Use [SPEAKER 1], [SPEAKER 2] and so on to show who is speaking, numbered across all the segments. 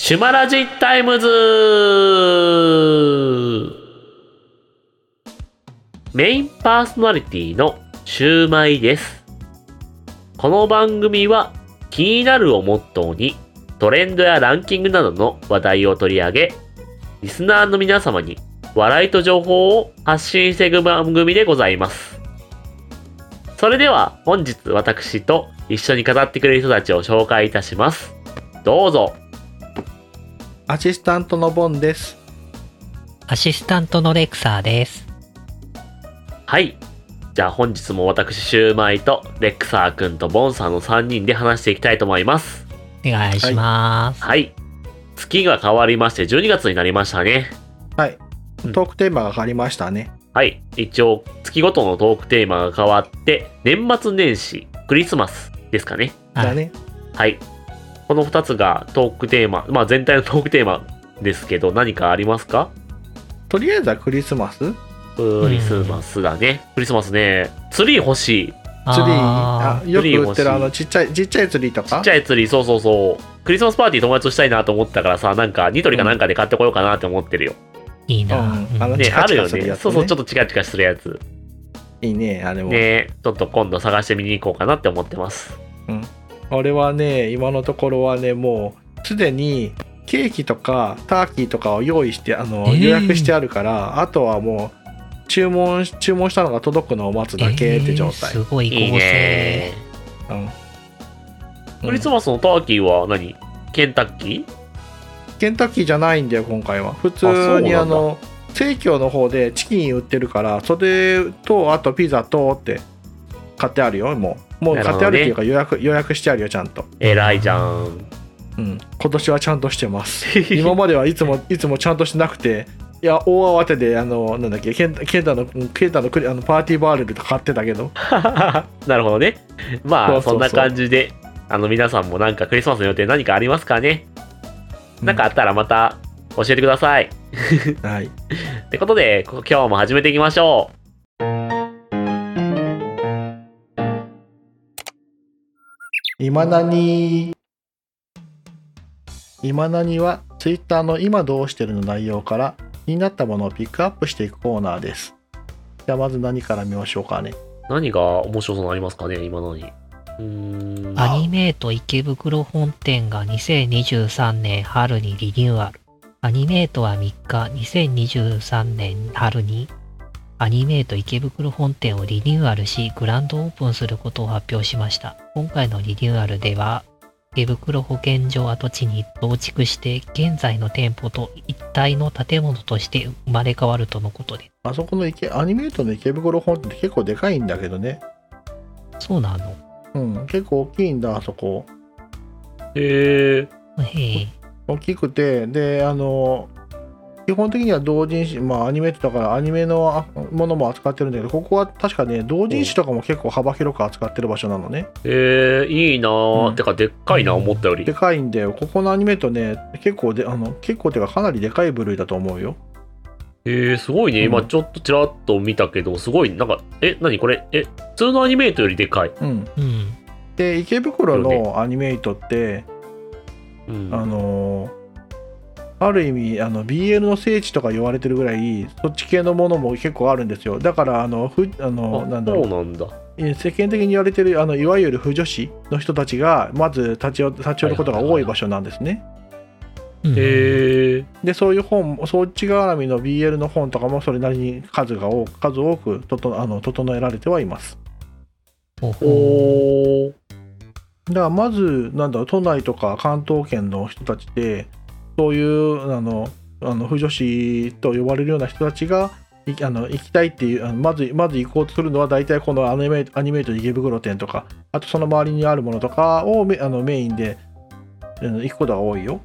[SPEAKER 1] シュマラジタイムズメインパーソナリティのシューマイです。この番組は気になるをモットーにトレンドやランキングなどの話題を取り上げ、リスナーの皆様に笑いと情報を発信していく番組でございます。それでは本日私と一緒に語ってくれる人たちを紹介いたします。どうぞ。
[SPEAKER 2] アシスタントのボンです。
[SPEAKER 3] アシスタントのレクサーです。
[SPEAKER 1] はい。じゃあ本日も私、シューマイと、レックサーくんとボンさんの3人で話していきたいと思います。
[SPEAKER 3] お願いします。
[SPEAKER 1] はい。月が変わりまして、12月になりましたね。
[SPEAKER 2] はい
[SPEAKER 1] うん。
[SPEAKER 2] トークテーマが変わりましたね。
[SPEAKER 1] はい。一応、月ごとのトークテーマが変わって、年末年始、クリスマスですかね。
[SPEAKER 3] はい
[SPEAKER 2] だね。
[SPEAKER 1] はい。この2つがトークテーマ、まあ全体のトークテーマですけど、何かありますか
[SPEAKER 2] とりあえずはクリスマスツリー
[SPEAKER 1] クリスマスだね。クリスマスね。ツリー欲しい。
[SPEAKER 2] あ
[SPEAKER 3] あ
[SPEAKER 2] よく
[SPEAKER 1] ツリー
[SPEAKER 2] 売
[SPEAKER 1] 欲
[SPEAKER 2] っ
[SPEAKER 1] しい
[SPEAKER 2] てるあのちっちゃいちっちゃいツリーと
[SPEAKER 1] ち
[SPEAKER 2] か
[SPEAKER 1] っちゃい釣り、そうそうそう。クリスマスパーティー友達としたいなと思ってたからさ、なんかニトリかなんかで買ってこようかなって思ってるよ。
[SPEAKER 3] ーいいな。
[SPEAKER 2] うん
[SPEAKER 3] うん
[SPEAKER 2] あの
[SPEAKER 1] ね
[SPEAKER 2] チ
[SPEAKER 1] あ
[SPEAKER 2] カ
[SPEAKER 1] る
[SPEAKER 2] チ
[SPEAKER 1] よ
[SPEAKER 2] カする
[SPEAKER 1] ね。
[SPEAKER 2] やつね
[SPEAKER 1] そうそう、ちょっとチカチカするやつ。
[SPEAKER 2] いいねあれも、
[SPEAKER 1] ねちょっと今度探してみに行こうかなって思ってます。
[SPEAKER 2] 俺はね今のところはねもうすでにケーキとかターキーとかを用意してあの、
[SPEAKER 3] えー
[SPEAKER 2] 予約してあるからあとはもう注文注文したのが届くのを待つだけって状態、
[SPEAKER 3] えーすごい
[SPEAKER 1] いい
[SPEAKER 3] 合
[SPEAKER 1] ね
[SPEAKER 3] 成。
[SPEAKER 2] うん
[SPEAKER 1] クリス
[SPEAKER 2] うん
[SPEAKER 1] マスのターキーは何ケンタッキ
[SPEAKER 2] ケンタッキーじゃないんだよ今回は普
[SPEAKER 1] あそう
[SPEAKER 2] 通
[SPEAKER 1] なん
[SPEAKER 2] に
[SPEAKER 1] だ
[SPEAKER 2] あの生協の方でチキン売ってるからそれとあとピザとって買ってあるよもうもう
[SPEAKER 1] なる
[SPEAKER 2] 買
[SPEAKER 1] ほ
[SPEAKER 2] って
[SPEAKER 1] どね
[SPEAKER 2] あるっていうか予約,、予約してあるよちゃんと、
[SPEAKER 1] ー偉いじゃん。
[SPEAKER 2] うん、今年はちゃんとしてます 今まではいつもいつもちゃんとしてなくていや大慌てであのなんだっけケンケンタのケンタのクリあのパーティーバーレルとか買ってたけど
[SPEAKER 1] なるほどね。まあ、
[SPEAKER 2] そう
[SPEAKER 1] そ
[SPEAKER 2] そ
[SPEAKER 1] ん
[SPEAKER 2] うそ
[SPEAKER 1] な
[SPEAKER 2] う
[SPEAKER 1] 感じで、あの皆さんもなんかクリスマスの予定何かありますかねなんかあったらまた教えてください。
[SPEAKER 2] はい
[SPEAKER 1] ってことで、こ今日も始めていきましょう。
[SPEAKER 2] 今なに今なには Twitter の今どうしてるの内容から気になったものをピックアップしていくコーナーです。じゃあまず何から見ましょうかね。
[SPEAKER 1] 何が面白そうなのありますかね今のに。うーん。
[SPEAKER 3] アニメート池袋本店が2023年春にリニューアル。アニメートは3日、2023年春に、アニメート池袋本店をリニューアルし、グランドオープンすることを発表しました。今回のリニューアルでは、池袋保健所跡地に増築して、現在の店舗と一体の建物として生まれ変わるとのことで。
[SPEAKER 2] あそこの池アニメートの池袋本って結構でかいんだけどね。
[SPEAKER 3] そうなの
[SPEAKER 2] うん、結構大きいんだ、あそこ。
[SPEAKER 1] へえ。
[SPEAKER 3] へえ。
[SPEAKER 2] 大きくて、で、あの、基本的には同人誌、まあアニメートだからアニメのあものも扱ってるんだけど、ここは確かね、同人誌とかも結構幅広く扱ってる場所なのね。
[SPEAKER 1] えー、いいなー、
[SPEAKER 2] うん
[SPEAKER 1] てかでっかいな思ったより
[SPEAKER 2] でかいんだよ。ここのアニメートね、結構で、あの、結構てかかなりでかい部類だと思うよ。
[SPEAKER 1] えー、すごいね
[SPEAKER 2] うん
[SPEAKER 1] 今ちょっとちらっと見たけどすごいなんかえ何これえ普通のアニメートよりでかい、
[SPEAKER 2] うん。
[SPEAKER 3] うん。
[SPEAKER 2] で、池袋
[SPEAKER 1] そう
[SPEAKER 2] のアニメートって、
[SPEAKER 1] うん、
[SPEAKER 2] あのーある意味あの BL の聖地とか言われてるぐらいそっち系のものも結構あるんですよだからあのふあ
[SPEAKER 1] あ
[SPEAKER 2] のなんだ
[SPEAKER 1] そ
[SPEAKER 2] ろ
[SPEAKER 1] う
[SPEAKER 2] う
[SPEAKER 1] なんだ
[SPEAKER 2] え世間的に言われてるあのいわゆる腐女子の人たちがまず立ち寄立ち寄ることが多い場所なんですね
[SPEAKER 3] うん
[SPEAKER 1] へえ
[SPEAKER 2] でそういう本もそっち絡みの BL の本とかもそれなりに数が多く数多くととあの整えられてはいます
[SPEAKER 3] ほうほう
[SPEAKER 1] おー
[SPEAKER 2] だからまずなんだろう都内とか関東圏の人たちでそういうあのあの不女子と呼ばれるような人たちがいあの行きたいっていうあのまずまず行こうとするのは大体このアニメアニメート池袋店とかあとその周りにあるものとかをメあのメインであの行くことが多いよ。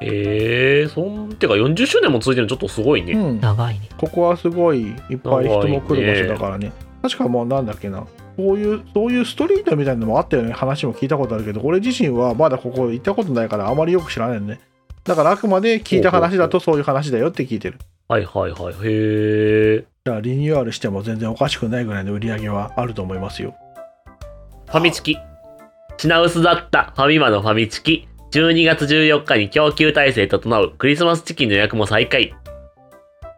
[SPEAKER 1] えー、そんてか40周年も続いてるのちょっとすごいね、
[SPEAKER 2] うん、
[SPEAKER 3] 長いね。
[SPEAKER 2] ここはすごいいっぱい人も来る場所だからね。確かもうなんだっけな。そういう、そういうストリートみたいなのもあったよね。話も聞いたことあるけど、俺自身はまだここ行ったことないからあまりよく知らないのね。だからあくまで聞いた話だとそういう話だよって聞いてる。
[SPEAKER 1] はいはいはいへえ
[SPEAKER 2] だからリニューアルしても全然おかしくないぐらいの売り上げはあると思いますよ。
[SPEAKER 1] ファミチキ品薄だったファミマのファミチキ12月14日に供給体制整うクリスマスチキンの予約も再開。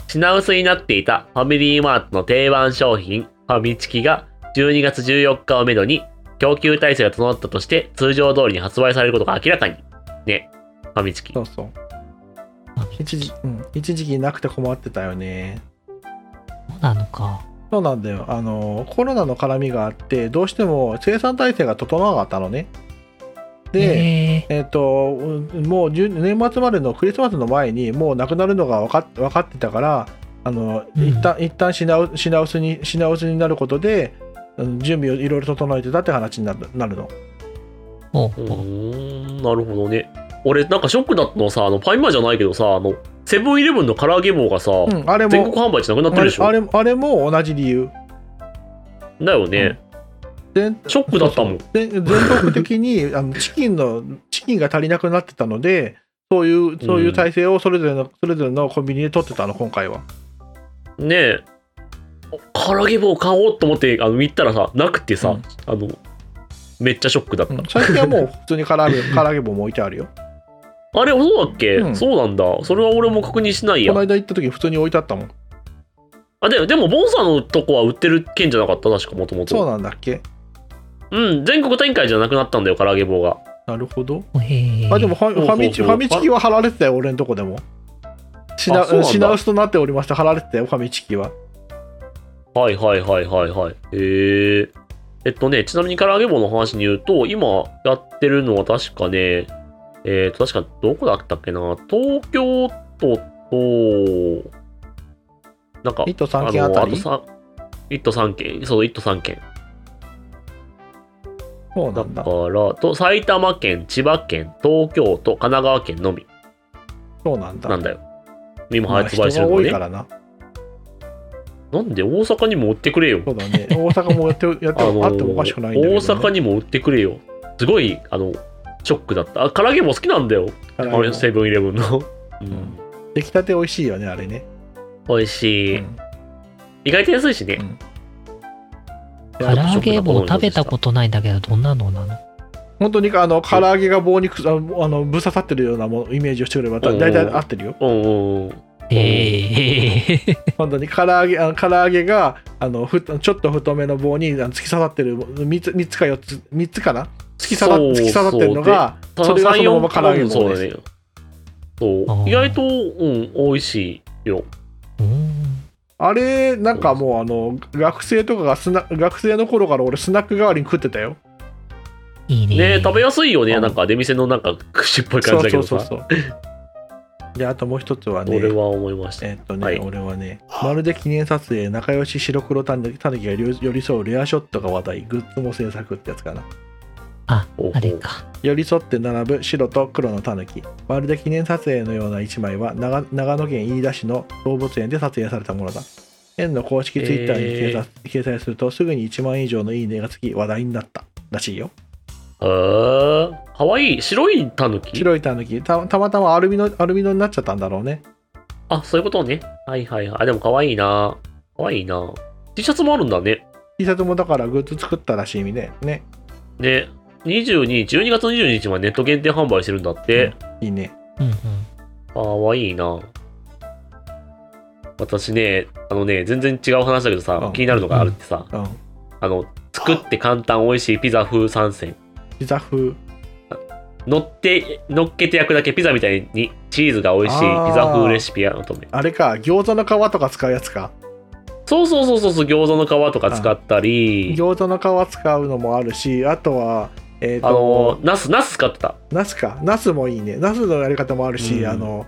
[SPEAKER 1] 品薄になっていたファミリーマートの定番商品ファミチキが12月14日をめどに供給体制が整ったとして通常通りに発売されることが明らかに。ね、ファミチキ
[SPEAKER 2] そ。うそう
[SPEAKER 3] まあ、
[SPEAKER 2] 一時,、うん、一時期なくて困ってたよね
[SPEAKER 3] そうなのか。
[SPEAKER 2] そうなんだよあのコロナの絡みがあってどうしても生産体制が整わなかったのねで、
[SPEAKER 3] え
[SPEAKER 2] えっとうんもう10年末までのクリスマスの前にもうなくなるのが分かっ分かってたからあの、
[SPEAKER 3] うん
[SPEAKER 2] 一旦一旦品薄品薄に品薄になることでうん準備をいろいろ整えてたって話になるなるの
[SPEAKER 3] ー、ほう
[SPEAKER 1] う
[SPEAKER 3] ほう。
[SPEAKER 1] ーん、なるほどね。俺、なんかショックだったのはさ、あの、パイマじゃないけどさ、あの、セブンイレブンの唐揚げ棒がさ、
[SPEAKER 2] うん、あれ
[SPEAKER 1] 全国
[SPEAKER 2] も
[SPEAKER 1] 販売じゃなくなって
[SPEAKER 2] あ
[SPEAKER 1] る
[SPEAKER 2] れ
[SPEAKER 1] でしょ
[SPEAKER 2] あ。れあれも同じ理由
[SPEAKER 1] だよね、
[SPEAKER 2] 全
[SPEAKER 1] ショックだったもん。
[SPEAKER 2] 全全国的にあのチキンのチキンが足りなくなってたのでそういうそういう体制をそれぞれの、それぞれのコンビニで取ってたの今回は
[SPEAKER 1] ねえ。お唐揚げ棒買おうと思ってあの見たらさなくてさ、
[SPEAKER 2] うん
[SPEAKER 1] あのめっちゃショックだった、
[SPEAKER 2] うん最近はもう普通に唐 揚げ唐揚げ棒も置いてあるよ
[SPEAKER 1] あれそうだっけ、
[SPEAKER 2] うん
[SPEAKER 1] そうなんだそれは俺も確認しない
[SPEAKER 2] こ
[SPEAKER 1] や
[SPEAKER 2] の間行った時普通に置いてあったもん
[SPEAKER 1] あででもボンさんのとこは売ってる件じゃなかった確かもとも
[SPEAKER 2] そう
[SPEAKER 1] と
[SPEAKER 2] なんだっけ
[SPEAKER 1] うん全国展開じゃなくなったんだよ唐揚げ棒が
[SPEAKER 2] なるほど
[SPEAKER 3] へー
[SPEAKER 2] あでもファ
[SPEAKER 1] ほ
[SPEAKER 2] フ
[SPEAKER 1] うほう
[SPEAKER 2] ァミチファミチキは貼られてたよ俺のとこでも
[SPEAKER 1] あそうなん
[SPEAKER 2] 品
[SPEAKER 1] だ
[SPEAKER 2] 品薄となっておりました貼られてたよファミチキは
[SPEAKER 1] はいはいはいはいはいへええっとねちなみに唐揚げ棒の話に言うと今やってるのは確かねえー、と確かどこだったっけな東京都となんか
[SPEAKER 2] 1都3県あた
[SPEAKER 1] の
[SPEAKER 2] りそ
[SPEAKER 1] とさ1都3県、そう、1都3県。
[SPEAKER 2] うな
[SPEAKER 1] だ
[SPEAKER 2] ん
[SPEAKER 1] か
[SPEAKER 2] だ
[SPEAKER 1] ら、と埼玉県、千葉県、東京都、神奈川県のみ
[SPEAKER 2] そうなんだ
[SPEAKER 1] なんだよ。今
[SPEAKER 2] まあ
[SPEAKER 1] 発売してる
[SPEAKER 2] 人
[SPEAKER 1] の
[SPEAKER 2] が多
[SPEAKER 1] はいね
[SPEAKER 2] か。らな
[SPEAKER 1] なんで大阪にも売ってくれよ。
[SPEAKER 2] そうだね 大阪もやってやって
[SPEAKER 1] あの
[SPEAKER 2] あってもおかしくないんだけど、ね、
[SPEAKER 1] 大阪にも売ってくれよ。すごい、あの、ショックだった。あ、唐揚げも好きなんだよ。
[SPEAKER 2] 唐揚げ
[SPEAKER 1] あれセブンイレブンの。う
[SPEAKER 2] うんん、出来たて美味しいよねあれね、
[SPEAKER 1] 美味し
[SPEAKER 2] う
[SPEAKER 1] い、
[SPEAKER 2] ん
[SPEAKER 1] 意外と安いしね。
[SPEAKER 2] い
[SPEAKER 3] 唐
[SPEAKER 2] や
[SPEAKER 3] 揚げ棒食べたことないんだけど、どんなのなの
[SPEAKER 2] 本当にあの唐揚げが棒にくすああのぶっ刺さってるようなものイメージをしてくればだ
[SPEAKER 1] うん
[SPEAKER 2] 大体合ってるよ
[SPEAKER 1] うんうんうん。
[SPEAKER 3] えー、
[SPEAKER 2] 本当に唐揚げあの唐揚げがあのふちょっと太めの棒にあの突き刺さってる3つ三つか4つ3つかな突き刺さ
[SPEAKER 1] そう
[SPEAKER 2] 突き刺さってるのが
[SPEAKER 1] そう
[SPEAKER 2] それが
[SPEAKER 1] 三
[SPEAKER 2] そのまま
[SPEAKER 1] 四
[SPEAKER 2] 唐揚げ
[SPEAKER 1] 本そ
[SPEAKER 2] 棒
[SPEAKER 1] う
[SPEAKER 2] で
[SPEAKER 1] だ
[SPEAKER 2] す、
[SPEAKER 1] ね。そう
[SPEAKER 3] あー
[SPEAKER 1] 意外と、うん、美味しいよ。
[SPEAKER 3] うん。
[SPEAKER 2] あれなんかもうあの学生とかがスナ学生の頃から俺スナック代わりに食ってたよ
[SPEAKER 3] いいね。
[SPEAKER 1] ね食べやすいよね、
[SPEAKER 2] うん
[SPEAKER 1] なんか出店のなんか串っぽい感じだけどさ。
[SPEAKER 2] そうであともう一つはね
[SPEAKER 1] 俺は思いました。
[SPEAKER 2] えっとね、
[SPEAKER 1] はい
[SPEAKER 2] 俺はね、まるで記念撮影、仲良し白黒たぬたぬきが寄り寄り添うレアショットが話題、グッズも制作ってやつかな。
[SPEAKER 3] あ
[SPEAKER 1] おう、
[SPEAKER 3] あれか。
[SPEAKER 2] 寄り添って並ぶ白と黒のたぬき。まるで記念撮影のような一枚は長、長野県飯田市の動物園で撮影されたものだ。園の公式ツイッターに掲載,、掲載すると、すぐに1万以上のいいねがつき、話題になった。らしいよ
[SPEAKER 1] へーかわいい。白いタヌキ
[SPEAKER 2] 白いたぬきたたまたまアルミのアルミのになっちゃったんだろうね
[SPEAKER 1] あ、そういうことね。はいはいはい。あ、でもかわいいな。かわいいな。T シャツもあるんだね。
[SPEAKER 2] T シャツもだからグッズ作ったらしいみねね
[SPEAKER 1] ね。22、12月22日までネット限定販売してるんだって。
[SPEAKER 2] いいね
[SPEAKER 3] うんうん。
[SPEAKER 1] かわいいな。私ね、あのね、全然違う話だけどさ
[SPEAKER 2] う、ん
[SPEAKER 1] 気になるのがあるってさ、
[SPEAKER 2] うん
[SPEAKER 1] あの、作って簡単美味しいピザ風参戦。
[SPEAKER 2] ピザ風
[SPEAKER 1] 乗って、乗っけて焼くだけピザみたいにチーズが美味しいピ
[SPEAKER 2] あー
[SPEAKER 1] ザ風レシピやのとめ。
[SPEAKER 2] あれか餃子の皮とか使うやつか
[SPEAKER 1] そうそうそうそうそう、餃子の皮とか使ったり、
[SPEAKER 2] 餃子の皮使うのもあるしあとはえっ、
[SPEAKER 1] あの
[SPEAKER 2] と、
[SPEAKER 1] ナス、ナス使ってた。
[SPEAKER 2] ナスかナスもいいねナスのやり方もあるし、
[SPEAKER 1] うん
[SPEAKER 2] あの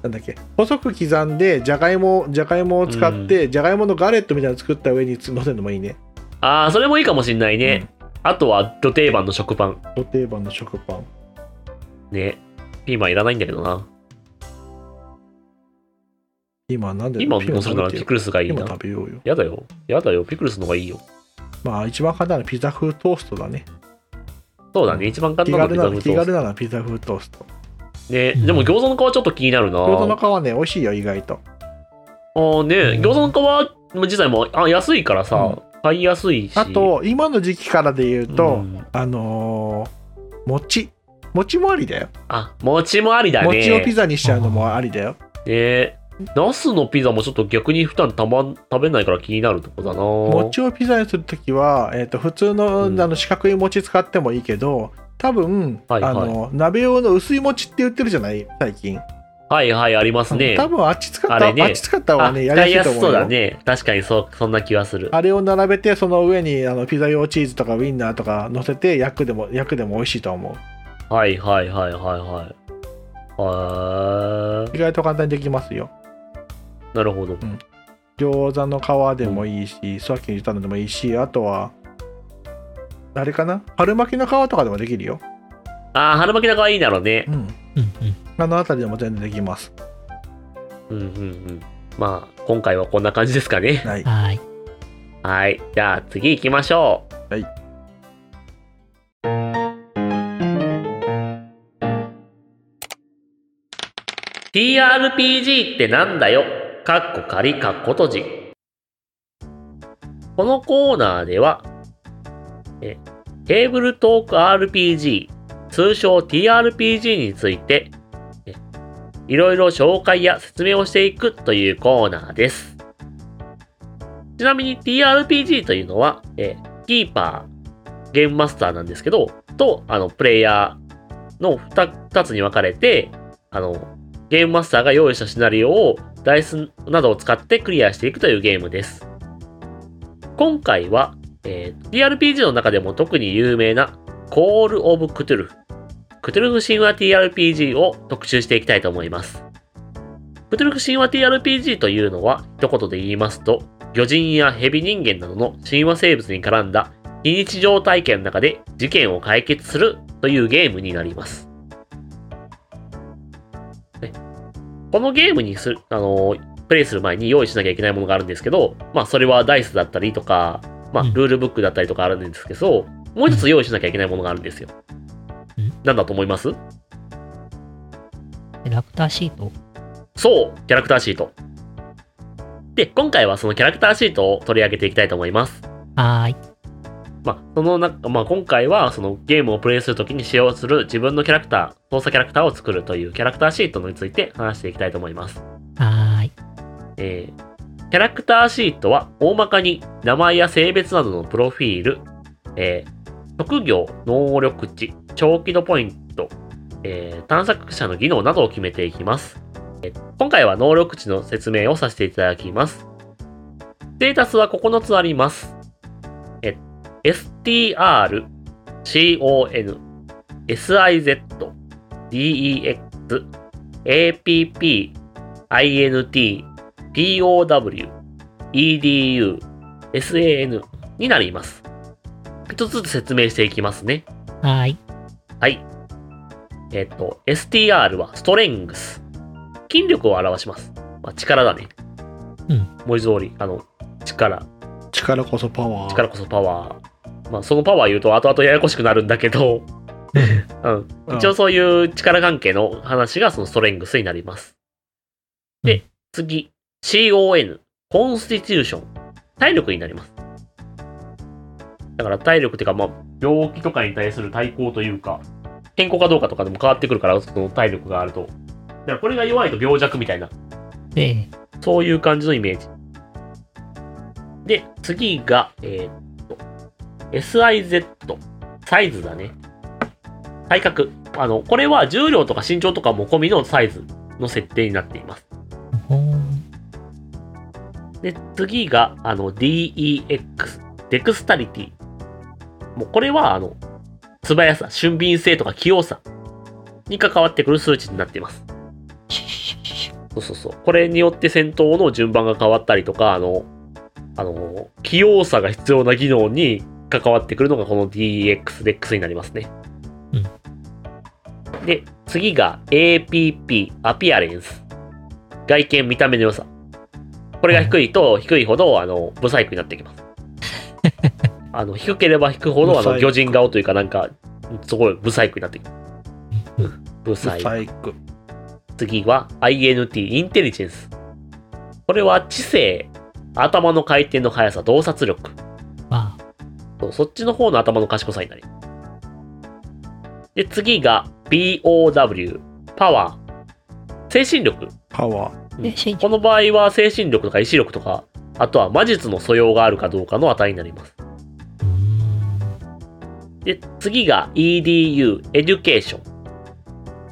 [SPEAKER 2] なんだっけ細く刻んでじゃがいもじゃがいもを使って、じゃがいものガレットみたいなの作った上に乗せるのもいいね
[SPEAKER 1] ああ、それもいいかもしんないね。あとは、土定番の食パン。
[SPEAKER 2] ご定番の食パン
[SPEAKER 1] ね。ピーマンいらないんだけどな。
[SPEAKER 2] 今なんで
[SPEAKER 1] 今
[SPEAKER 2] ピー
[SPEAKER 1] 乗
[SPEAKER 2] マン
[SPEAKER 1] せる
[SPEAKER 2] 食
[SPEAKER 1] なら
[SPEAKER 2] べ
[SPEAKER 1] ピ
[SPEAKER 2] て
[SPEAKER 1] クルスがいい
[SPEAKER 2] 今
[SPEAKER 1] な。
[SPEAKER 2] 食べようよ
[SPEAKER 1] やだよ。やだよ。ピクルスの方がいいよ。
[SPEAKER 2] まあ一番簡単なピザ風トーストだね
[SPEAKER 1] そうだね。一番簡
[SPEAKER 2] 気
[SPEAKER 1] 単なのピ
[SPEAKER 2] 軽
[SPEAKER 1] ザ
[SPEAKER 2] な
[SPEAKER 1] 風ト
[SPEAKER 2] 気
[SPEAKER 1] ース
[SPEAKER 2] 軽なのはピザ風トースト
[SPEAKER 1] ト。ね。でも餃子の皮ちょっと気になるな。
[SPEAKER 2] 餃子の皮ね美味しいよ意外と
[SPEAKER 1] あーね。餃子の皮自体もあ安いから
[SPEAKER 2] う
[SPEAKER 1] さ、買いやすいし。
[SPEAKER 2] あと今の時期からで言う
[SPEAKER 1] うん、
[SPEAKER 2] と、あのー餅餅もありだよ。
[SPEAKER 1] あ、餅もありだね。
[SPEAKER 2] 餅をピザにしちゃうのもありだよ。
[SPEAKER 1] ねナスのピザもちょっと逆に普段たまん食べないから気になるとこだな。
[SPEAKER 2] 餅をピザにするときは、えー、と普通の,、
[SPEAKER 1] うん
[SPEAKER 2] あの四角い餅使ってもいいけど多分、
[SPEAKER 1] はいはい
[SPEAKER 2] あの鍋用の薄い餅って売ってるじゃない最近、
[SPEAKER 1] はいはい、ありますね。
[SPEAKER 2] 多分あっち使った
[SPEAKER 1] あれね
[SPEAKER 2] あっち使った方がね
[SPEAKER 1] あ
[SPEAKER 2] や
[SPEAKER 1] 使
[SPEAKER 2] り
[SPEAKER 1] い
[SPEAKER 2] や
[SPEAKER 1] や
[SPEAKER 2] すい
[SPEAKER 1] す
[SPEAKER 2] と思
[SPEAKER 1] そうう
[SPEAKER 2] よ
[SPEAKER 1] だね。確かにそう、そんな気はする。
[SPEAKER 2] あれを並べてその上にあのピザ用チーズとかウインナーとか乗せて焼くでも焼くでも美味しいと思う
[SPEAKER 1] はいはいはいはいはい。は
[SPEAKER 2] 意外と簡単にできますよ
[SPEAKER 1] い。なるほど。
[SPEAKER 2] 餃子の皮でもいいし、さっき言ったのでもいいしあとはあれかな春巻きの皮とかでもできるよ、
[SPEAKER 1] ああ、春巻きの皮いいだろうね
[SPEAKER 2] う。ん、
[SPEAKER 3] うんうん。
[SPEAKER 2] あの辺りでも全然できます
[SPEAKER 1] うんうんうん。まあ、今回はこんな感じですかね。
[SPEAKER 2] はい
[SPEAKER 3] はい。
[SPEAKER 1] はい。じゃあ次行きましょう。
[SPEAKER 2] はい。
[SPEAKER 1] TRPG ってなんだよかっこ仮かっこ閉じ。このコーナーでは、えテーブルトーク RPG、通称 TRPG について、えいろいろ紹介や説明をしていくというコーナーです。ちなみに TRPG というのは、えーキーパー、ゲームマスターなんですけど、と、あの、プレイヤーの 2, つに分かれて、あの、ゲームマスターが用意したシナリオを、ダイスなどを使ってクリアしていくというゲームです。今回は、えー TRPG の中でも特に有名な、コール・オブ・クトゥルフ。クトゥルフ神話 TRPG を特集していきたいと思います。クトゥルフ神話 TRPG というのは、一言で言いますと、魚人やヘビ人間などの神話生物に絡んだ非日常体験の中で事件を解決するというゲームになります。ねこのゲームにする、あの、プレイする前に用意しなきゃいけないものがあるんですけど、まあそれはダイスだったりとか、まあ
[SPEAKER 3] うん
[SPEAKER 1] ルールブックだったりとかあるんですけど、もう一つ用意しなきゃいけないものがあるんですよ
[SPEAKER 3] うん。
[SPEAKER 1] なんだと思います
[SPEAKER 3] キャラクターシート。
[SPEAKER 1] そう、キャラクターシート。で、今回はそのキャラクターシートを取り上げていきたいと思います。
[SPEAKER 3] はーい。
[SPEAKER 1] まあ、その中、まあ、今回はそのゲームをプレイするときに使用する自分のキャラクター、操作キャラクターを作るというキャラクターシートについて話していきたいと思います。
[SPEAKER 3] はーい。
[SPEAKER 1] えーキャラクターシートは大まかに名前や性別などのプロフィール、えー職業、能力値、長期度ポイント、えー探索者の技能などを決めていきます。えー今回は能力値の説明をさせていただきます。ステータスは9つあります。え STR、CON、SIZ、DEX、APP、INT、POW、EDU、SAN になります。一つずつ説明していきますね。
[SPEAKER 3] はーい。
[SPEAKER 1] はい。えっと、STR はストレングス。筋力を表します。まあ、力だね。
[SPEAKER 3] うん。
[SPEAKER 1] 文字通り、あの、力。
[SPEAKER 2] 力こそパワー
[SPEAKER 1] 力こそパワー。まあ、そのパワー言うと後々ややこしくなるんだけ ど、うん。
[SPEAKER 2] うん
[SPEAKER 1] 一応そういう力関係の話がそのストレングスになります。
[SPEAKER 3] う
[SPEAKER 1] で
[SPEAKER 3] ん、
[SPEAKER 1] 次、CON、コンスティテューション、体力になります。だから体力っていうか、まあ、病気とかに対する対抗というか、健康かどうかとかでも変わってくるから、その体力があると。だからこれが弱いと病弱みたいな、
[SPEAKER 3] で、
[SPEAKER 1] そういう感じのイメージ。で、次が、えーっと、SIZ、サイズだね。体格。あの、これは重量とか身長とかも込みのサイズの設定になっています。
[SPEAKER 3] ほーん。
[SPEAKER 1] で、次が、あの、DEX、デクスタリティ。もうこれは、あの、素早さ、俊敏性とか器用さに関わってくる数値になっています。
[SPEAKER 3] シュシュシュシュ
[SPEAKER 1] そうそうそう。これによって戦闘の順番が変わったりとか、あの、あの、器用さが必要な技能に関わってくるのがこの DX レックスになりますね。で、次が APP、アピアレンス。外見、見た目の良さ。これが低いと低いほど、あの、ブサイクになってきます。あの、低ければ低くほど、あ
[SPEAKER 2] ブサイ
[SPEAKER 1] の、
[SPEAKER 2] ク
[SPEAKER 1] 魚人顔というかなんか、すごいブサイクになってきます。ブサイク。
[SPEAKER 2] サイク
[SPEAKER 1] 次は INT、インテリジェンス。これは知性、頭の回転の速さ、洞察力。
[SPEAKER 3] ま
[SPEAKER 1] そうそっちの方の頭の賢さになります。で、次が POW、パワー、精神力。
[SPEAKER 2] パワー
[SPEAKER 3] で、新
[SPEAKER 1] この場合は精神力とか意志力とか、あとは魔術の素養があるかどうかの値になります。
[SPEAKER 3] うーん
[SPEAKER 1] で、次が EDU、エデュケーション。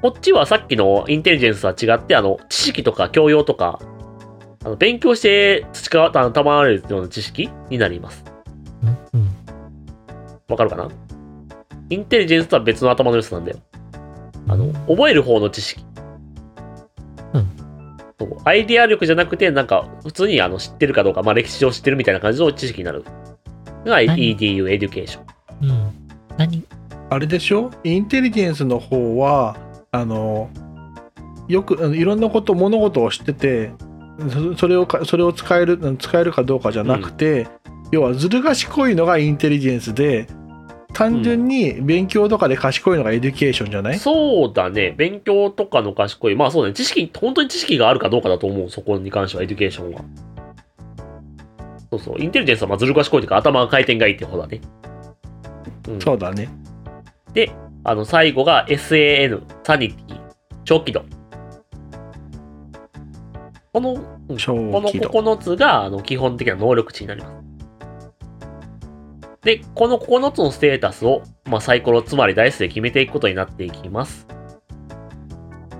[SPEAKER 1] こっちはさっきのインテリジェンスとは違って、あの、知識とか教養とか、あの勉強して培わった、たまわれるような知識になります。
[SPEAKER 3] うん
[SPEAKER 1] わかるかなインテリジェンスとは別の頭の良さなんだよ。
[SPEAKER 3] うん
[SPEAKER 1] あの、覚える方の知識。
[SPEAKER 3] うん
[SPEAKER 1] そう。アイデア力じゃなくて、なんか、普通にあの知ってるかどうか、まあ歴史を知ってるみたいな感じの知識になる。が
[SPEAKER 3] 何
[SPEAKER 1] EDU、エデュケーション。
[SPEAKER 3] うん何
[SPEAKER 2] あれでしょインテリジェンスの方はあのよくあのいろんなこと物事を知っててそそれをかそれを使えるうん使えるかどうかじゃなくて、要はずる賢いのがインテリジェンスで単純に勉強とかで賢いのがエデュケーションじゃない、
[SPEAKER 1] そうだね。勉強とかの賢い。まあそうだね。知識、本当に知識があるかどうかだと思う。そこに関しては、エデュケーションは。そうそう。インテリジェンスはまあずる賢いというか、頭が回転がいいって方だね。うん
[SPEAKER 2] そうだね
[SPEAKER 1] で、あの、最後が SAN、サニティ、長期度。この、うん
[SPEAKER 2] 正
[SPEAKER 1] この
[SPEAKER 2] 気度
[SPEAKER 1] 9つがあの基本的な能力値になります。で、この9つのステータスを、まあ、サイコロ、つまりダイスで決めていくことになっていきます。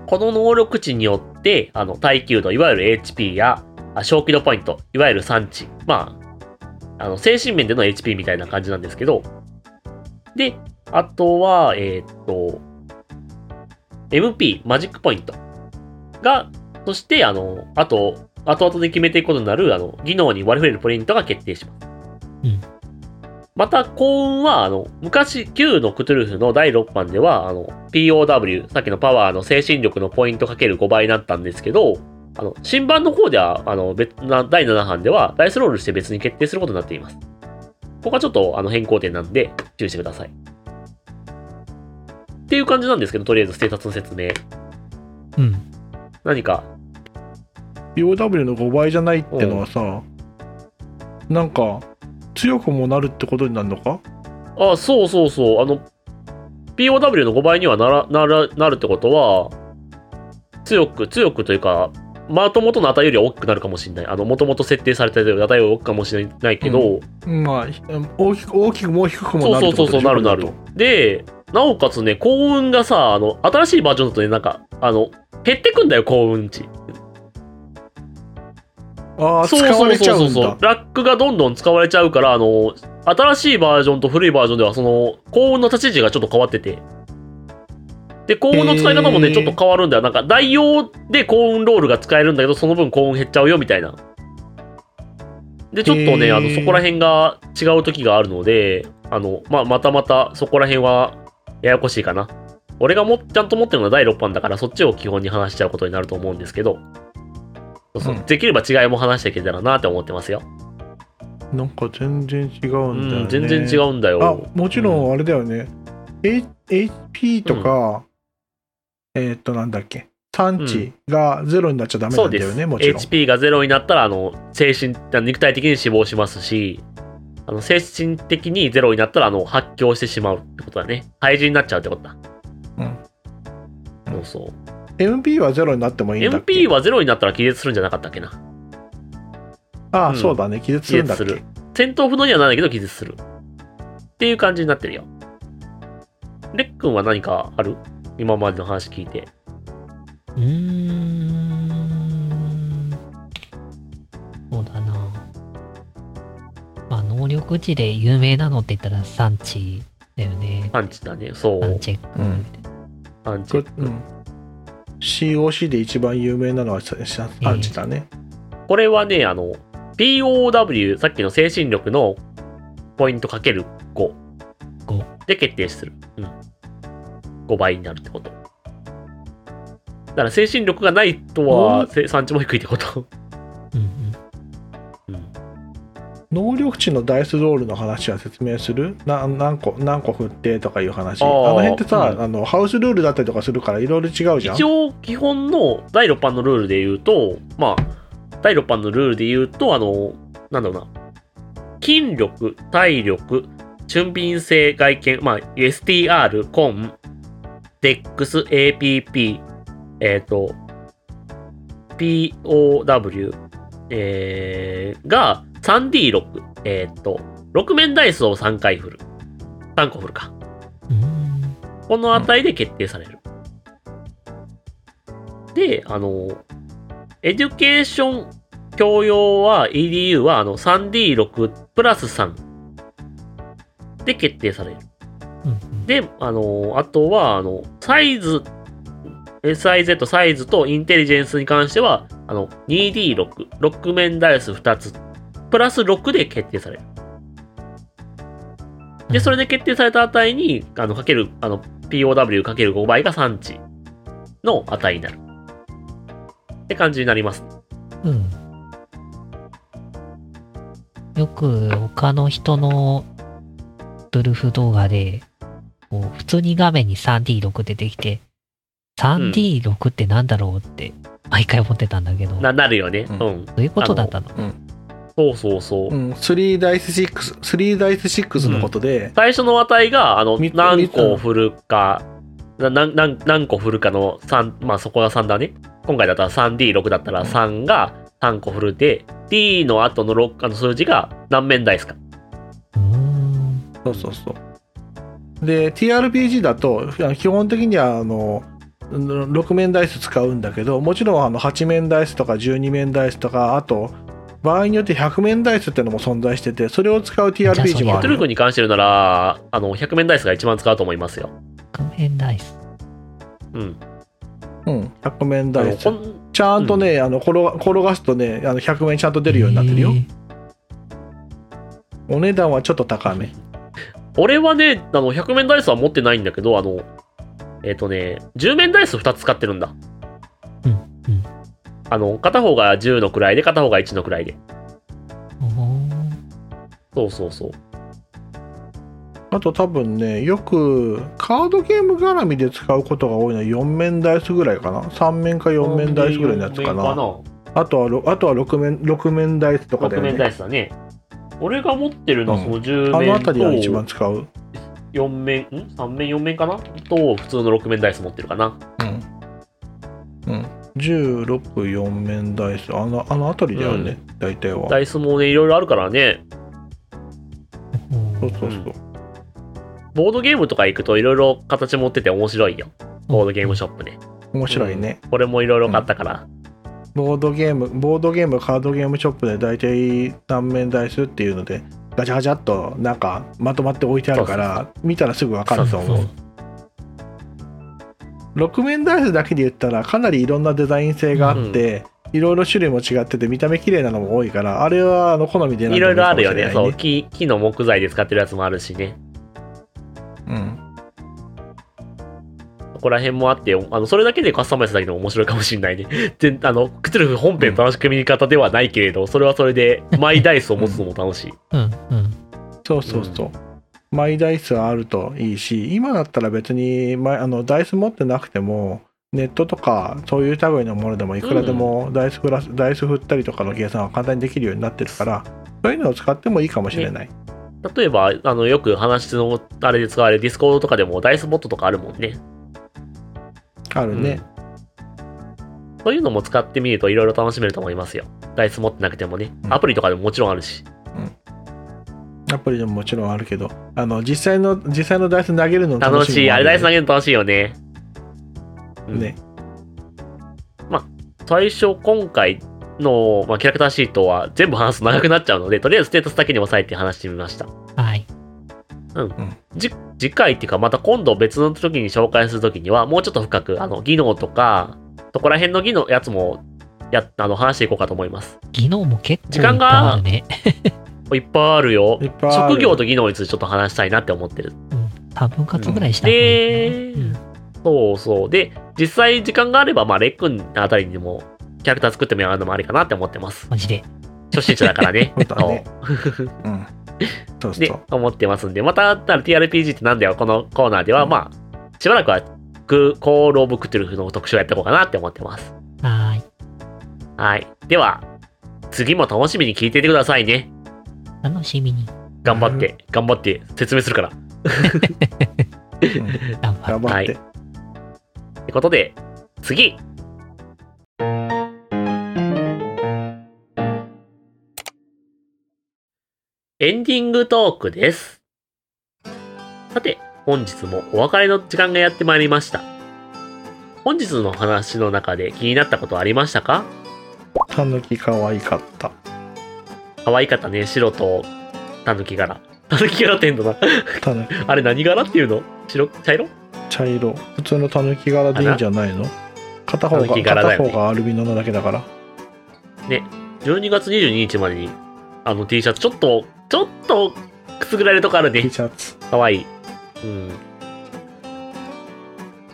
[SPEAKER 1] この能力値によって、あの耐久度、いわゆる HP や、あ小規度ポイント、いわゆる産地、まあ、あの精神面での HP みたいな感じなんですけど、で、あとは、えーっと、MP、マジックポイントが、そして、あの、あと、後々で決めていくことになる、あの、技能に割り振れるポイントが決定します。
[SPEAKER 3] うん
[SPEAKER 1] また、幸運は、あの、昔、旧のクトゥルフの第6版では、あの、POW、さっきのパワーの精神力のポイントかける5倍になったんですけど、あの、新版の方では、あの、別な、第7版では、ダイスロールして別に決定することになっています。ここはちょっと、あの、変更点なんで、注意してください。っていう感じなんですけど、とりあえずステータスの説明。
[SPEAKER 3] うん
[SPEAKER 1] 何か、
[SPEAKER 2] POW の5倍じゃないってのはさ、なんか強くもなるってことになるのか
[SPEAKER 1] あ、そうそうそう。あの、POW の5倍にはなら、なら、なるってことは、強く、強くというか、まともとの値よりは大きくなるかもしれない。あの、もともと設定されてる値より大きくかもしれないけど、
[SPEAKER 2] まあ大きく大きくも低くも
[SPEAKER 1] そ
[SPEAKER 2] な
[SPEAKER 1] うそ
[SPEAKER 2] るっ
[SPEAKER 1] うそ
[SPEAKER 2] てこ
[SPEAKER 1] うそう、
[SPEAKER 2] とでしょ
[SPEAKER 1] なるなる。で、なおかつね、幸運がさ、あの、新しいバージョンだとね、なんか、あの、減ってくんだよ、幸運値。
[SPEAKER 2] ああ
[SPEAKER 1] そ
[SPEAKER 2] 使
[SPEAKER 1] う
[SPEAKER 2] わ
[SPEAKER 1] そう
[SPEAKER 2] れちゃ
[SPEAKER 1] そううんそう
[SPEAKER 2] だ。
[SPEAKER 1] ラックがどんどん使われちゃうから、あの、新しいバージョンと古いバージョンでは、その、幸運の立ち位置がちょっと変わってて。で、幸運の使い方も
[SPEAKER 2] へ
[SPEAKER 1] ね、
[SPEAKER 2] ー
[SPEAKER 1] ちょっと変わるんだよ。なんか、代用で幸運ロールが使えるんだけど、その分幸運減っちゃうよ、みたいな。で、ちょっと
[SPEAKER 2] へ
[SPEAKER 1] ね、
[SPEAKER 2] ー
[SPEAKER 1] あの、そこら辺が違う時があるので、あの、まあ、またまた、そこら辺は、ややこしいかな。俺がも、ちゃんと持ってるのは第6版だから、そっちを基本に話しちゃうことになると思うんですけど、そうそう
[SPEAKER 2] うん
[SPEAKER 1] できれば違いも話していけたらなって思ってますよ。
[SPEAKER 2] なんか全然違うんだよ、ね
[SPEAKER 1] うん、全然違
[SPEAKER 2] う
[SPEAKER 1] うんだ
[SPEAKER 2] あ
[SPEAKER 1] よ。
[SPEAKER 2] もちろんあれだよね、H- HP とか、えーっとなんだっけ産地がゼロになっちゃダメ
[SPEAKER 1] そ
[SPEAKER 2] な
[SPEAKER 1] うんで
[SPEAKER 2] だ
[SPEAKER 1] す。
[SPEAKER 2] よね、もちろん
[SPEAKER 1] HP がゼロになったら、あの、精神、肉体的に死亡しますし、あの精神的にゼロになったら、あの、発狂してしまうってことだね。廃人になっちゃうってことだ。
[SPEAKER 2] う
[SPEAKER 1] そ
[SPEAKER 2] ん
[SPEAKER 1] うそう。
[SPEAKER 2] MP はゼロになってもいいんだっけ
[SPEAKER 1] MP はゼロになったら気絶するんじゃなかったっけな。
[SPEAKER 2] ああ、
[SPEAKER 1] うん
[SPEAKER 2] そうだね気絶するんだっけ
[SPEAKER 1] 気絶す戦闘不能にはならないけど気絶する。っていう感じになってるよ。レックンは何かある今までの話聞いて。
[SPEAKER 3] うーんそうだなまあ能力値で有名なのって言ったら産地だよね
[SPEAKER 1] パンチだね。そ
[SPEAKER 3] 産
[SPEAKER 1] う。
[SPEAKER 3] チェック
[SPEAKER 2] うん
[SPEAKER 3] みたいな
[SPEAKER 1] パンチ
[SPEAKER 2] こ。うん COC で一番有名なのはささ産地だね、
[SPEAKER 1] これはね、あの、POW、さっきの精神力のポイントかける5。
[SPEAKER 3] 五
[SPEAKER 1] で決定する。うん。5倍になるってこと。だから精神力がないとは、せ産地も低いってこと。
[SPEAKER 3] うん
[SPEAKER 1] うん。
[SPEAKER 2] 能力値のダイスロールの話は説明するな何個何個振ってとかいう話
[SPEAKER 1] あ
[SPEAKER 2] あ
[SPEAKER 1] ー
[SPEAKER 2] の辺ってさ、
[SPEAKER 1] うん
[SPEAKER 2] あのハウスルールだったりとかするからいろいろ違うじゃん
[SPEAKER 1] 一応、基本の第6版のルールで言うと、まあ、第6版のルールで言うと、あの、なんだろうな。筋力、体力、俊敏性、外見、まあ、STR、コン、 DEXAPP、えっ、と、POW、えーが 3D6、えっ、と、6面ダイスを3回振る。3個振るか。
[SPEAKER 3] うーん。
[SPEAKER 1] この値で決定される。で、あの、エデュケーション教養は EDU はあの 3D6 プラス3で決定される。
[SPEAKER 3] うん
[SPEAKER 1] で、あの、あとは、あの、サイズ、SIZ サイズとインテリジェンスに関しては、あの、2D6、6面ダイス2つ、プラス6で決定される。
[SPEAKER 3] う
[SPEAKER 1] で、
[SPEAKER 3] ん
[SPEAKER 1] それで決定された値に、あの、かける、あの、POW かける5倍が3値の値になる。って感じになります。
[SPEAKER 3] うん。よく他の人のドルフ動画で、こう普通に画面に 3D6 出てきて、3D6 ってなんだろうって毎回思ってたんだけど、
[SPEAKER 1] な、なるよね。う。
[SPEAKER 2] うんん
[SPEAKER 3] そういうことだったの。
[SPEAKER 1] そうそうそう。
[SPEAKER 2] うん、3ダイス6、3ダイス6のことで、
[SPEAKER 1] 最初の値が、あの、
[SPEAKER 2] み
[SPEAKER 1] 何個振るか、ななんなん何個振るかの3、まあそこが3だね。今回だったら 3D6 だったら3が3個振るで、D の後の6あの数字が何面台ですか。
[SPEAKER 3] うーん。
[SPEAKER 2] そうそうそう。で、TRPG だと、あの基本的にはあのうん6面ダイス使うんだけど、もちろんあの8面ダイスとか12面ダイスとか、あと、場合によって100面ダイスってのも存在してて、それを使う
[SPEAKER 3] じゃあそ
[SPEAKER 2] TRPG
[SPEAKER 3] れ
[SPEAKER 2] もあ
[SPEAKER 1] トゥ
[SPEAKER 2] る
[SPEAKER 1] ルー
[SPEAKER 2] よ。
[SPEAKER 1] クに関してるなら、あの、100面台数が一番使うと思いますよ。
[SPEAKER 3] 画面ダイス。
[SPEAKER 1] うん。
[SPEAKER 2] うん、100面
[SPEAKER 1] あ
[SPEAKER 2] ダ
[SPEAKER 1] の
[SPEAKER 2] イス
[SPEAKER 1] こ。ん
[SPEAKER 2] ちゃんとね、あの転が転がすとね、あの100面ちゃんと出るようになってるよ
[SPEAKER 3] へ。ー
[SPEAKER 2] お値段はちょっと高め。
[SPEAKER 1] 俺はね、あの、100面台数は持ってないんだけど、あの、えっ、とね、10面台数2つ使ってるんだ。
[SPEAKER 3] うんうん
[SPEAKER 1] あの、片方が10の位で、片方が1の位で。
[SPEAKER 3] おー
[SPEAKER 1] そうそうそう。
[SPEAKER 2] あと多分ね、よくカードゲーム絡みで使うことが多いのは4面ダイスぐらいかな。3面か4面ダイスぐらいのやつかな。あとはろ、あとは6面、六面ダイスとか
[SPEAKER 1] 6
[SPEAKER 2] だよ
[SPEAKER 1] 面
[SPEAKER 2] ね。
[SPEAKER 1] ダイスだね。俺が持ってるのは
[SPEAKER 2] うん
[SPEAKER 1] その10
[SPEAKER 2] あの
[SPEAKER 1] 面
[SPEAKER 2] 辺りは一番
[SPEAKER 1] と
[SPEAKER 2] 使う。
[SPEAKER 1] 4面、ん ?3 面4面かなと普通の6面ダイス持ってるかな。
[SPEAKER 2] うん。うん。16、4面ダイス。あの、あの辺りだよね。大体は。
[SPEAKER 1] ダイスもね、いろいろあるからね、
[SPEAKER 2] そう
[SPEAKER 3] お
[SPEAKER 2] そうそう。
[SPEAKER 1] ボードゲームとか行くといろいろ形持ってて面白いよ。ボードゲームショップね。
[SPEAKER 2] 面白いね。
[SPEAKER 1] これもいろいろ買ったから。
[SPEAKER 2] ボードゲーム、ボードゲーム、カードゲームショップで大体何面ダイスっていうので、ガチャガチャっとなんかまとまって置いてあるから、見たらすぐわかると
[SPEAKER 3] そ
[SPEAKER 2] 思
[SPEAKER 3] う
[SPEAKER 2] う
[SPEAKER 3] そう
[SPEAKER 2] 6面ダイスだけで言ったらかなりいろんなデザイン性があって、いろいろ種類も違ってて見た目綺麗なのも多いからあれはあの好みで選んでも
[SPEAKER 1] いろいろあるよ
[SPEAKER 2] いい
[SPEAKER 1] ね。
[SPEAKER 2] か
[SPEAKER 1] そ
[SPEAKER 2] も
[SPEAKER 1] う
[SPEAKER 2] し
[SPEAKER 1] 木、木の木材で使ってるやつもあるしね。
[SPEAKER 2] れないねうん
[SPEAKER 1] ここら辺もあって、あのそれだけでカスタマイズだけでも面白いかもしれないね。 で、あの、クトゥルフ本編の楽しく見方ではないけれど、それはそれでマイダイスを持つのも楽しい。
[SPEAKER 3] うんうん。
[SPEAKER 2] そうそうそう、マイダイスはあるといいし今だったら別に、ま、あのダイス持ってなくてもネットとかそういう類のものでもいくらでもダイス振らす、ダイス振ったりとかの計算は簡単にできるようになってるからそういうのを使ってもいいかもしれない、
[SPEAKER 1] 例えば、あの、よく話のあれで使われるディスコードとかでもダイスボットとかあるもんね。
[SPEAKER 2] あるね、
[SPEAKER 1] そういうのも使ってみるといろいろ楽しめると思いますよ。ダイス持ってなくてもね。
[SPEAKER 2] うん
[SPEAKER 1] アプリとかでももちろんあるし。
[SPEAKER 2] アプリでももちろんあるけどあの実際の実際のダイス投げるのも
[SPEAKER 1] 楽し
[SPEAKER 2] み
[SPEAKER 1] い。
[SPEAKER 2] も
[SPEAKER 1] あ
[SPEAKER 2] る
[SPEAKER 1] れ
[SPEAKER 2] よ
[SPEAKER 1] ダイス投げるの楽しいよね。うん
[SPEAKER 2] ね、
[SPEAKER 1] 最初、今回の、まあ、キャラクターシートは全部話すと長くなっちゃうので、とりあえずステータスだけに抑えて話してみました。
[SPEAKER 3] はい。
[SPEAKER 1] じ次回っていうか、また今度別の時に紹介する時には、もうちょっと深く、あの、技能とか、そこら辺の技能やつも、や、あの、話していこうかと思います。
[SPEAKER 3] 技能も結構
[SPEAKER 1] 時間
[SPEAKER 3] いっぱい
[SPEAKER 1] が
[SPEAKER 3] あるね。
[SPEAKER 1] いっぱいあるよ。
[SPEAKER 2] いっぱいある。
[SPEAKER 1] 職業と技能についてちょっと話したいなって思ってる。
[SPEAKER 3] 多分割ぐらいした方がいいかな
[SPEAKER 1] で、そうそう。で、実際時間があれば、まあ、レックンあたりにも、キャラクター作ってもらうのもありかなって思ってます。
[SPEAKER 3] マジで。
[SPEAKER 1] 初心者だからね
[SPEAKER 2] そうだ ね
[SPEAKER 1] そ
[SPEAKER 2] うんそう
[SPEAKER 1] う
[SPEAKER 2] そう
[SPEAKER 1] で、思ってますんで、また、だから TRPG ってなんだよ、このコーナーでは、
[SPEAKER 2] うん
[SPEAKER 1] まあ、しばらくは、クコール・オブ・クトゥルフの特集をやっていこうかなって思ってます。
[SPEAKER 3] はーい。
[SPEAKER 1] はい。では、次も楽しみに聞いていてくださいね。
[SPEAKER 3] 楽しみに
[SPEAKER 1] 頑張 って、頑張って、説明するから。
[SPEAKER 2] うん
[SPEAKER 3] 頑張る
[SPEAKER 2] 頑張って、
[SPEAKER 1] はってことで、次エンディングトークです。さて、本日もお別れの時間がやってまいりました。本日の話の中で気になったことありましたか
[SPEAKER 2] たぬき可愛かった
[SPEAKER 1] 可愛かったね、白とタヌキ柄。タヌキ柄って言うんだな。
[SPEAKER 2] たぬき
[SPEAKER 1] あれ何柄っていうの白茶色
[SPEAKER 2] 茶色普通のたぬき柄でいいんじゃないの片方
[SPEAKER 1] 狸
[SPEAKER 2] が
[SPEAKER 1] 柄だ
[SPEAKER 2] 片
[SPEAKER 1] よね
[SPEAKER 2] 方がアルビノなだけだから
[SPEAKER 1] 12月22日までにあの T シャツちょっとちょっとくすぐられるとこある
[SPEAKER 2] T
[SPEAKER 1] ね
[SPEAKER 2] シャツ
[SPEAKER 1] かわいいうん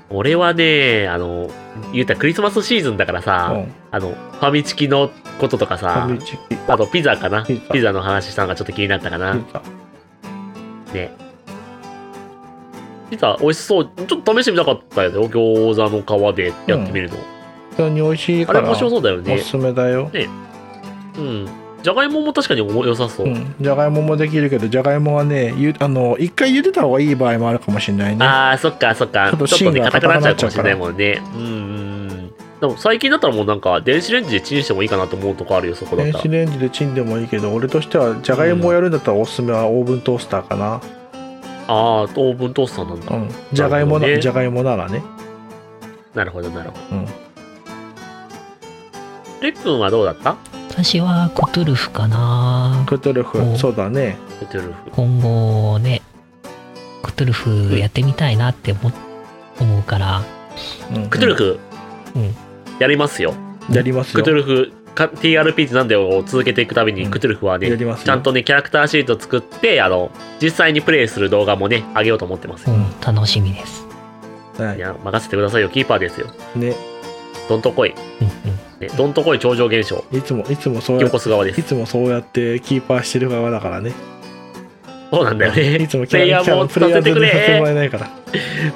[SPEAKER 1] 俺はねあの言うたらクリスマスシーズンだからさ、
[SPEAKER 2] うん
[SPEAKER 1] あのファミチキのこととかさ
[SPEAKER 2] サンドイッチピ
[SPEAKER 1] あとピザかな
[SPEAKER 2] ピ
[SPEAKER 1] ピ
[SPEAKER 2] ザ
[SPEAKER 1] ザの話したのがちょっと気になったかな、
[SPEAKER 2] ザ
[SPEAKER 1] ねピザ美味しそうちょっと試してみたかったよね餃子の皮でやってみるの、
[SPEAKER 2] 普通に美味しい
[SPEAKER 1] あ
[SPEAKER 2] か
[SPEAKER 1] れ
[SPEAKER 2] ら
[SPEAKER 1] 面白
[SPEAKER 2] お
[SPEAKER 1] そうだよね
[SPEAKER 2] すすめだよ
[SPEAKER 1] うんじゃがいもも確かに良さそう、
[SPEAKER 2] うんじゃがいももできるけどじゃがいもはねゆあの一回茹でた方がいい場合もあるかもしれないね
[SPEAKER 1] あーそっかそっか
[SPEAKER 2] ち
[SPEAKER 1] ち
[SPEAKER 2] ょ
[SPEAKER 1] ょっとね
[SPEAKER 2] っと芯が
[SPEAKER 1] 硬くなっちゃうかも
[SPEAKER 2] 硬
[SPEAKER 1] し
[SPEAKER 2] くな
[SPEAKER 1] れない
[SPEAKER 2] っちゃう
[SPEAKER 1] もんねうんうんうんでも最近だったらもうなんか電子レンジでチンしてもいいかなと思うとこあるよそこだっ
[SPEAKER 2] 電
[SPEAKER 1] たら
[SPEAKER 2] 子レンジでチンでもいいけど俺としてはじゃがいもをやるんだったらおすすめはオーブントースターかな
[SPEAKER 1] ああーオーブントースターなんだ、
[SPEAKER 2] うんじゃがいも
[SPEAKER 1] なるほど
[SPEAKER 2] な
[SPEAKER 1] ね
[SPEAKER 2] じゃがいもならね
[SPEAKER 1] なるほどなるほど、
[SPEAKER 2] うん
[SPEAKER 1] レックンはどうだった
[SPEAKER 3] 私はクトゥルフかな
[SPEAKER 2] クトゥル
[SPEAKER 3] う
[SPEAKER 2] フ
[SPEAKER 3] ん
[SPEAKER 2] そうだね
[SPEAKER 1] ホテルフ
[SPEAKER 3] 今後ねクトゥルフやってみたいなって思思うから
[SPEAKER 2] うん
[SPEAKER 1] クトゥルフ、
[SPEAKER 3] うん
[SPEAKER 1] やりますよ
[SPEAKER 2] やります
[SPEAKER 1] ク
[SPEAKER 2] よ
[SPEAKER 1] トゥルフか TRP ってなんだよを続けていくために、
[SPEAKER 2] うん
[SPEAKER 1] クトゥルフは
[SPEAKER 2] や
[SPEAKER 1] ね
[SPEAKER 2] りますよ
[SPEAKER 1] ちゃんとねキャラクターシート作ってあの実際にプレイする動画もね上げようと思ってます
[SPEAKER 3] う
[SPEAKER 1] よ、
[SPEAKER 3] ん楽しみです
[SPEAKER 2] はいい
[SPEAKER 1] や任せてくださいよキーパーですよ
[SPEAKER 2] ね
[SPEAKER 1] どんとこい
[SPEAKER 3] うんうん
[SPEAKER 1] ね、どんとこい超常現象、
[SPEAKER 2] いつもいつもそうや
[SPEAKER 1] 横須川で
[SPEAKER 2] い
[SPEAKER 1] す。
[SPEAKER 2] つもそうやってキーパーしてる側だからね
[SPEAKER 1] そうなんだよね。
[SPEAKER 2] いつも
[SPEAKER 1] プレイヤーも
[SPEAKER 2] プレ
[SPEAKER 1] さ
[SPEAKER 2] イヤ
[SPEAKER 1] せ
[SPEAKER 2] ー
[SPEAKER 1] て
[SPEAKER 2] 全
[SPEAKER 1] く
[SPEAKER 2] 然させてもら
[SPEAKER 1] れ
[SPEAKER 2] えないから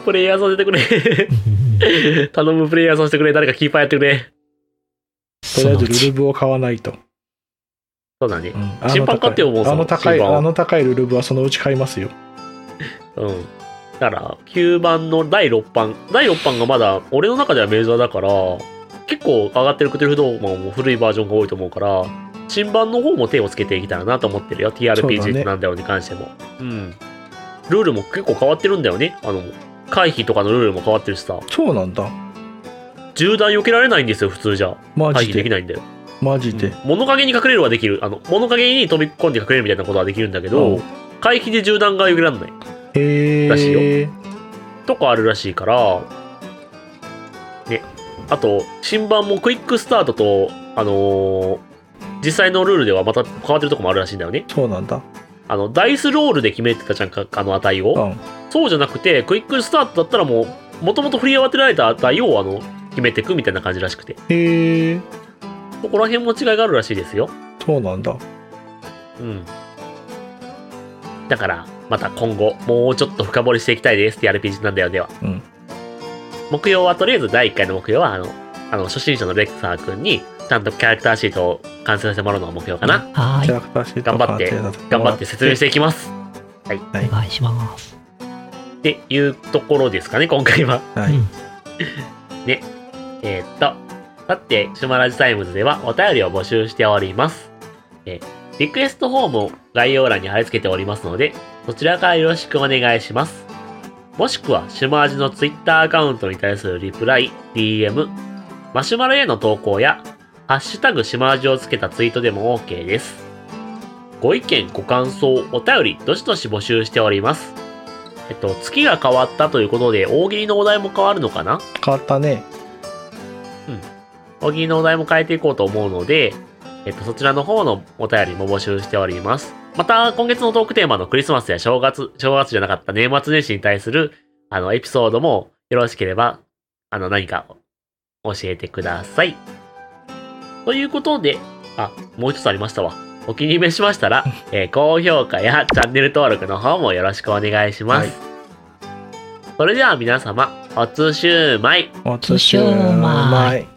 [SPEAKER 1] プレイヤーさせてく れ
[SPEAKER 3] うんうんうん
[SPEAKER 1] 頼むプレイヤーさせてくれ誰かキーパーやってくれ
[SPEAKER 2] とり
[SPEAKER 3] そ
[SPEAKER 2] あえ
[SPEAKER 3] の
[SPEAKER 2] ず
[SPEAKER 3] う
[SPEAKER 2] ル
[SPEAKER 3] ち
[SPEAKER 2] ルブを買わないと、
[SPEAKER 1] そうだね
[SPEAKER 2] う。んあの
[SPEAKER 1] 審判買ってよもう
[SPEAKER 2] 高いあの高い
[SPEAKER 1] 審判
[SPEAKER 2] あの高いルルブはそのうち買いますよ
[SPEAKER 1] うん。だから、9番の第6版。第6版がまだ、俺の中ではメジャーだから、結構上がってるクテルフドーマンも古いバージョンが多いと思うから、新版の方も手をつけていきたいなと思ってるよ。
[SPEAKER 2] そうだ
[SPEAKER 1] TRPG
[SPEAKER 2] ね
[SPEAKER 1] なんだよに関しても。うん。ルールも結構変わってるんだよね。あの、回避とかのルールも変わってるしさ。
[SPEAKER 2] そうなんだ
[SPEAKER 1] 銃弾避けられないんですよ、普通じゃ。
[SPEAKER 2] マ
[SPEAKER 1] 回
[SPEAKER 2] ジ
[SPEAKER 1] 避でき
[SPEAKER 2] で
[SPEAKER 1] ないんだよ。
[SPEAKER 2] マジで、
[SPEAKER 1] 物陰に隠れるはできるあの物陰に飛び込んで隠れるみたいなことはできるんだけど、
[SPEAKER 2] うん
[SPEAKER 1] 回避で銃弾が避けられない
[SPEAKER 2] へ
[SPEAKER 1] らしい
[SPEAKER 2] え
[SPEAKER 1] とかあるらしいからねあと新版もクイックスタートとあのー実際のルールではまた変わってるとこもあるらしいんだよね
[SPEAKER 2] そうなんだ
[SPEAKER 1] あのダイスロールで決めてたじゃんかあの値を、
[SPEAKER 2] うん
[SPEAKER 1] そうじゃなくてクイックスタートだったらもうもともと振り当てられた値をあの決めていくみたいな感じらしくて
[SPEAKER 2] へえ
[SPEAKER 1] ここら辺も違いがあるらしいですよ
[SPEAKER 2] そうなんだ
[SPEAKER 1] うん。だから、また今後、もうちょっと深掘りしていきたいです。TRPG なんだよでは。
[SPEAKER 2] うん
[SPEAKER 1] 目標は、とりあえず第1回の目標は、あの、あの初心者のレクサー君に、ちゃんとキャラクターシートを完成させてもらうのが目標かな。
[SPEAKER 3] は
[SPEAKER 2] キャ
[SPEAKER 3] ー
[SPEAKER 2] ラクターシート
[SPEAKER 1] 頑張って
[SPEAKER 2] 鑑定だと
[SPEAKER 1] 頑張って説明していきます。
[SPEAKER 2] はい
[SPEAKER 3] いお願いします
[SPEAKER 1] っていうところですかね、今回は。
[SPEAKER 2] はい、
[SPEAKER 3] うん
[SPEAKER 1] えーっと、さて、シュマラジタイムズではお便りを募集しております。えーリクエストフォームを概要欄に貼り付けておりますので、そちらからよろしくお願いします。もしくは、シュマラジの Twitter アカウントに対するリプライ、DM、マシュマロへの投稿や、ハッシュタグシュマラジをつけたツイートでも OK です。ご意見、ご感想、お便り、どしどし募集しております。えっと、月が変わったということで、大喜利のお題も変わるのかな
[SPEAKER 2] 変わったね
[SPEAKER 1] おぎのお題も変えていこうと思うので、えっと、そちらの方のお便りも募集しております。また、今月のトークテーマのクリスマスや正月、正月じゃなかった年末年始に対する、あの、エピソードも、よろしければ、あの、何か、教えてください。ということで、あ、もう一つありましたわ。お気に召しましたら、えー高評価やチャンネル登録の方もよろしくお願いします。
[SPEAKER 2] は
[SPEAKER 1] それでは皆様、おつしゅうまい。
[SPEAKER 2] お
[SPEAKER 3] 通称うまい
[SPEAKER 2] い